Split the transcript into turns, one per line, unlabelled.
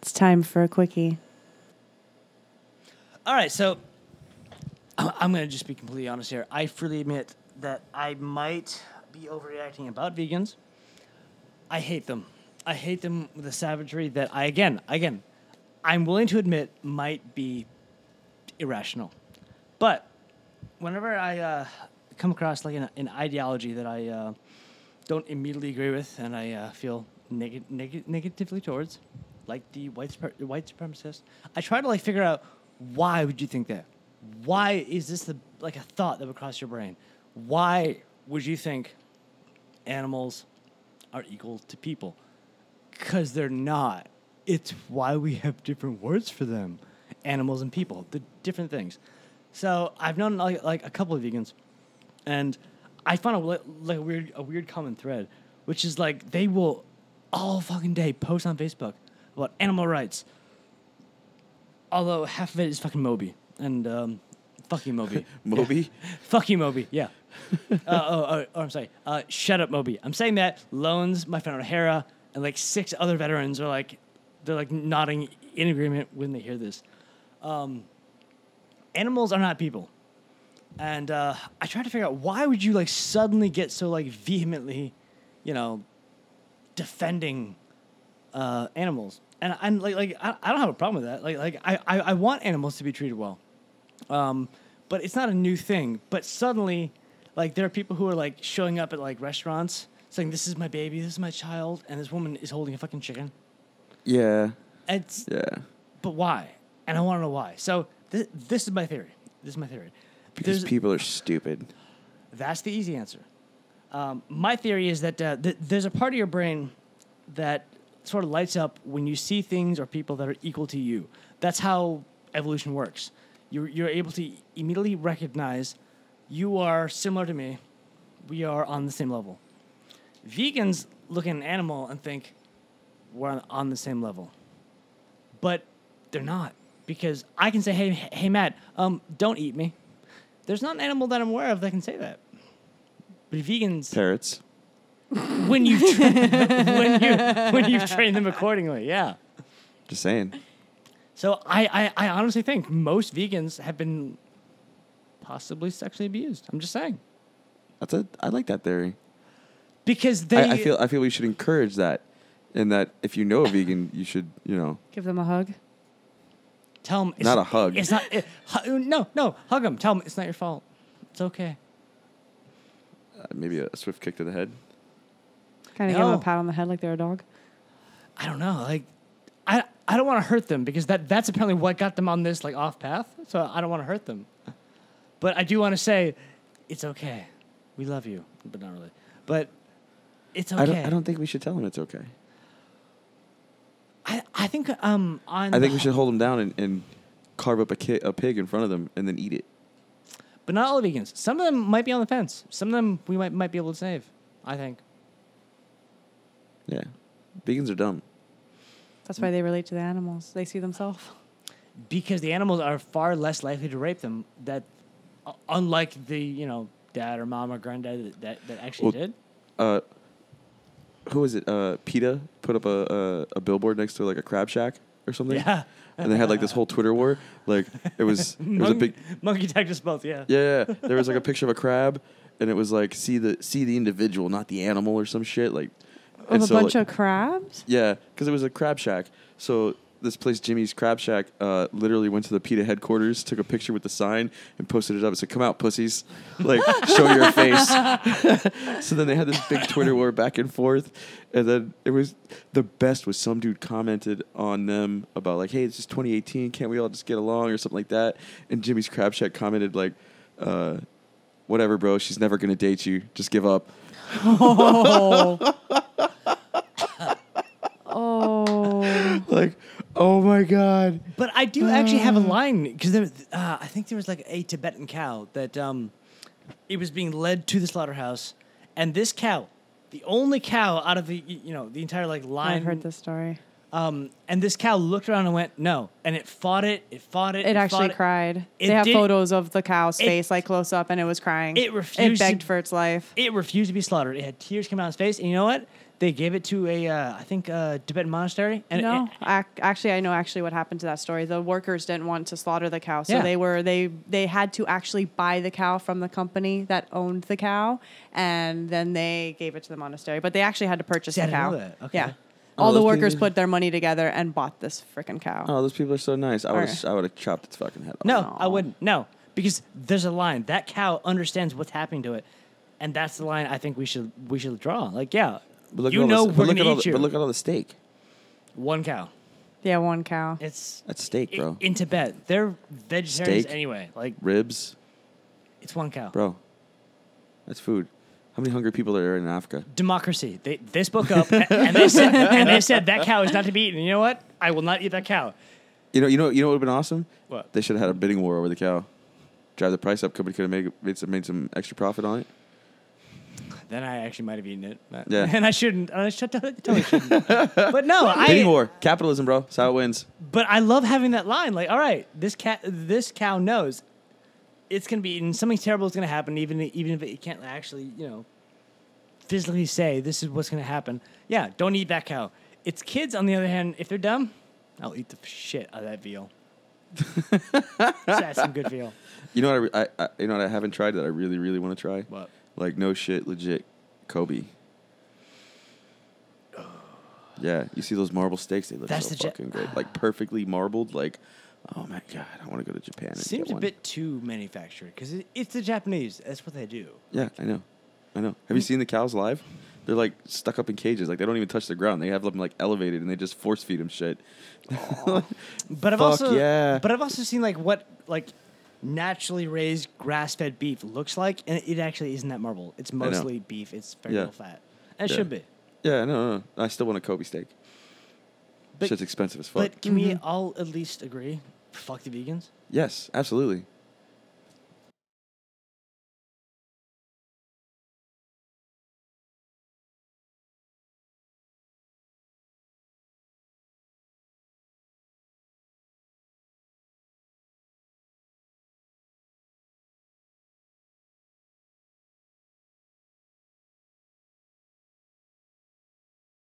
It's time for a quickie.
All right, so I- I'm going to just be completely honest here. I freely admit that I might be overreacting about vegans. I hate them. I hate them with a savagery that I again, again, I'm willing to admit might be irrational. But whenever I uh, come across like an, an ideology that I uh, don't immediately agree with and I uh, feel neg- neg- negatively towards, like the white suprem- the white supremacist, I try to like figure out why would you think that? Why is this the like a thought that would cross your brain? Why would you think animals are equal to people? Because they're not. It's why we have different words for them animals and people, the different things. So I've known like, like a couple of vegans, and I found a, li- like a weird, a weird common thread, which is like they will all fucking day post on Facebook about animal rights. Although half of it is fucking Moby and um, fuck you, Moby.
Moby?
Fuck you, Moby. Yeah. uh, oh, oh, oh, I'm sorry. Uh, shut up, Moby. I'm saying that. Loans, my friend O'Hara, and like six other veterans are like, they're like nodding in agreement when they hear this. Um, animals are not people. And uh, I tried to figure out why would you like suddenly get so like vehemently, you know, defending uh, animals. And I'm like, like I, I don't have a problem with that. Like, like I, I, I want animals to be treated well. Um, but it's not a new thing. But suddenly, like there are people who are like showing up at like restaurants saying, "This is my baby. This is my child," and this woman is holding a fucking chicken.
Yeah.
It's
Yeah.
but why? And I want to know why. So th- this is my theory. This is my theory.
Because
There's-
people are stupid.
That's the easy answer. Um, my theory is that uh, th- there's a part of your brain that sort of lights up when you see things or people that are equal to you. That's how evolution works. You're, you're able to immediately recognize you are similar to me, we are on the same level. Vegans look at an animal and think we're on, on the same level, but they're not because I can say, hey, hey Matt, um, don't eat me. There's not an animal that I'm aware of that can say that. But vegans,
Parrots.
when you tra- when you when you train them accordingly, yeah.
Just saying.
So I, I I honestly think most vegans have been possibly sexually abused. I'm just saying
That's a. I like that theory.
because they
I, I feel. I feel we should encourage that, and that if you know a vegan, you should. You know.
Give them a hug.
tell them it's
Not a hug.
It's not it, hu- no no hug them. Tell them it's not your fault. It's okay.
Uh, maybe a, swift kick to the head.
Kind of give them
No.
a pat on the head like they're a dog.
I don't know. Like I I don't want to hurt them because that that's apparently what got them on this like off path. So I don't want to hurt them. But I do want to say it's okay. We love you, but not really. But it's okay.
I don't. I don't think we should tell him it's okay.
I, I think um on
I think
the-
we should hold him down and, and carve up a, ki- a pig in front of them and then eat it.
but not all vegans. Some of them might be on the fence. Some of them we might might be able to save. I think.
Yeah. Vegans are dumb.
That's why they relate to the animals. They see themselves.
because the animals are far less likely to rape them. That, uh, unlike the you know dad or mom or granddad that that, that actually
Well,
did.
Uh, who is it? Uh, PETA put up a, a a billboard next to like a crab shack or something.
Yeah.
And they had like this whole Twitter war. Like it was it was a
Monkey-
big
monkey attacked us both. Yeah.
yeah, yeah. There was like a picture of a crab, and it was like see the see the individual, not the animal or some shit. Like
Of
and
a
so,
bunch
like-
of crabs?
Yeah, because it was a crab shack. So this place, Jimmy's Crab Shack, uh, literally went to the PETA headquarters, took a picture with the sign, and posted it up. It said, "Come out, pussies! Like, show your face." so then they had this big Twitter war back and forth, and then it was the best was some dude commented on them about like, "Hey, it's just 2018. Can't we all just get along?" or something like that. And Jimmy's Crab Shack commented like, uh, "Whatever, bro. She's never gonna date you. Just give up."
Oh. oh.
Like, oh my god.
But I do actually have a
Um.
line because there, was- uh, I think there was like a Tibetan cow that um, it was being led to the slaughterhouse, and this cow, the only cow out of the you know the entire like line,
I've heard this story.
Um, and this cow looked around and went no, and it fought it, it fought it,
It
fought
actually
it.
cried.
It
they have
did-
photos of the cow's
It-
face, like close up, and it was crying.
It refused
It
to-
begged for its life.
It refused to be slaughtered. It had tears come out of its face, and you know what? They gave it to a, uh, I think, uh, Tibetan monastery. And
no,
it-
ac actually, I know actually what happened to that story. The workers didn't want to slaughter the cow, so
Yeah.
they were they they had to actually buy the cow from the company that owned the cow, and then they gave it to the monastery. But they actually had to purchase
See, I
the
didn't
cow.
know that. Okay.
Yeah,
Oh,
all the
those
workers
people-
put their money together and bought this freaking cow.
Oh, those people are so nice. I would
Alright.
have I would have chopped its fucking head off.
no, I
Aw.
wouldn't. No, because there's a line. That cow understands what's happening to it. And that's the line I think we should we should draw. Like, yeah,
But look
you
at all
know
this,
we're
but look
going
at
to
all
eat
the,
you.
But look at all the steak.
One cow.
Yeah, one cow.
It's
That's steak,
i-
bro.
in Tibet. They're vegetarians
Steak.
anyway. Like,
Ribs,
it's one cow.
bro. That's food. How many hungry people are there in Africa?
democracy. They, they spoke up a- and they said, and they said that cow is not to be eaten. You know what? I will not eat that cow.
You know, you know, you know what would have been awesome?
What?
They should have had a bidding war over the cow. Drive the price up. Company could have made made some, made some extra profit on it.
Then I actually might have eaten it. But-
Yeah.
And I shouldn't. And I should, totally shouldn't. but no,
bidding
I.
war, capitalism, bro. That's how it wins.
But I love having that line. Like, all right, this cat, this cow knows it's gonna be eaten. Something terrible is gonna happen. Even even if it can't actually, you know, physically say this is what's gonna happen. Yeah, don't eat that cow. It's kids, on the other hand, if they're dumb, I'll eat the shit out of that veal. That's some good veal.
You know what? I, re- I, I you know what I haven't tried that I really really want to try.
What?
Like no shit, legit, Kobe. Yeah, you see those marble steaks? They look
That's
so
the Ja-
fucking good. Like perfectly marbled. Like, oh my god, I want to go to Japan. And
Seems
get
a
one.
bit too manufactured because it, it's the Japanese. That's what they do.
Yeah, I know, I know. Have you seen the cows live? They're like stuck up in cages. Like they don't even touch the ground. They have them like elevated, and they just force feed them shit.
But I've
Fuck
also
yeah.
but I've also seen like what like naturally raised grass fed beef looks like, and it actually isn't that marble. It's
know.
mostly beef. It's very
Yeah.
little fat. And it
Yeah.
should be.
yeah, no, no, no. I still want a Kobe steak.
But,
Shit's expensive as fuck. Mm-hmm.
but can we all at least agree? Fuck the vegans.
yes, absolutely.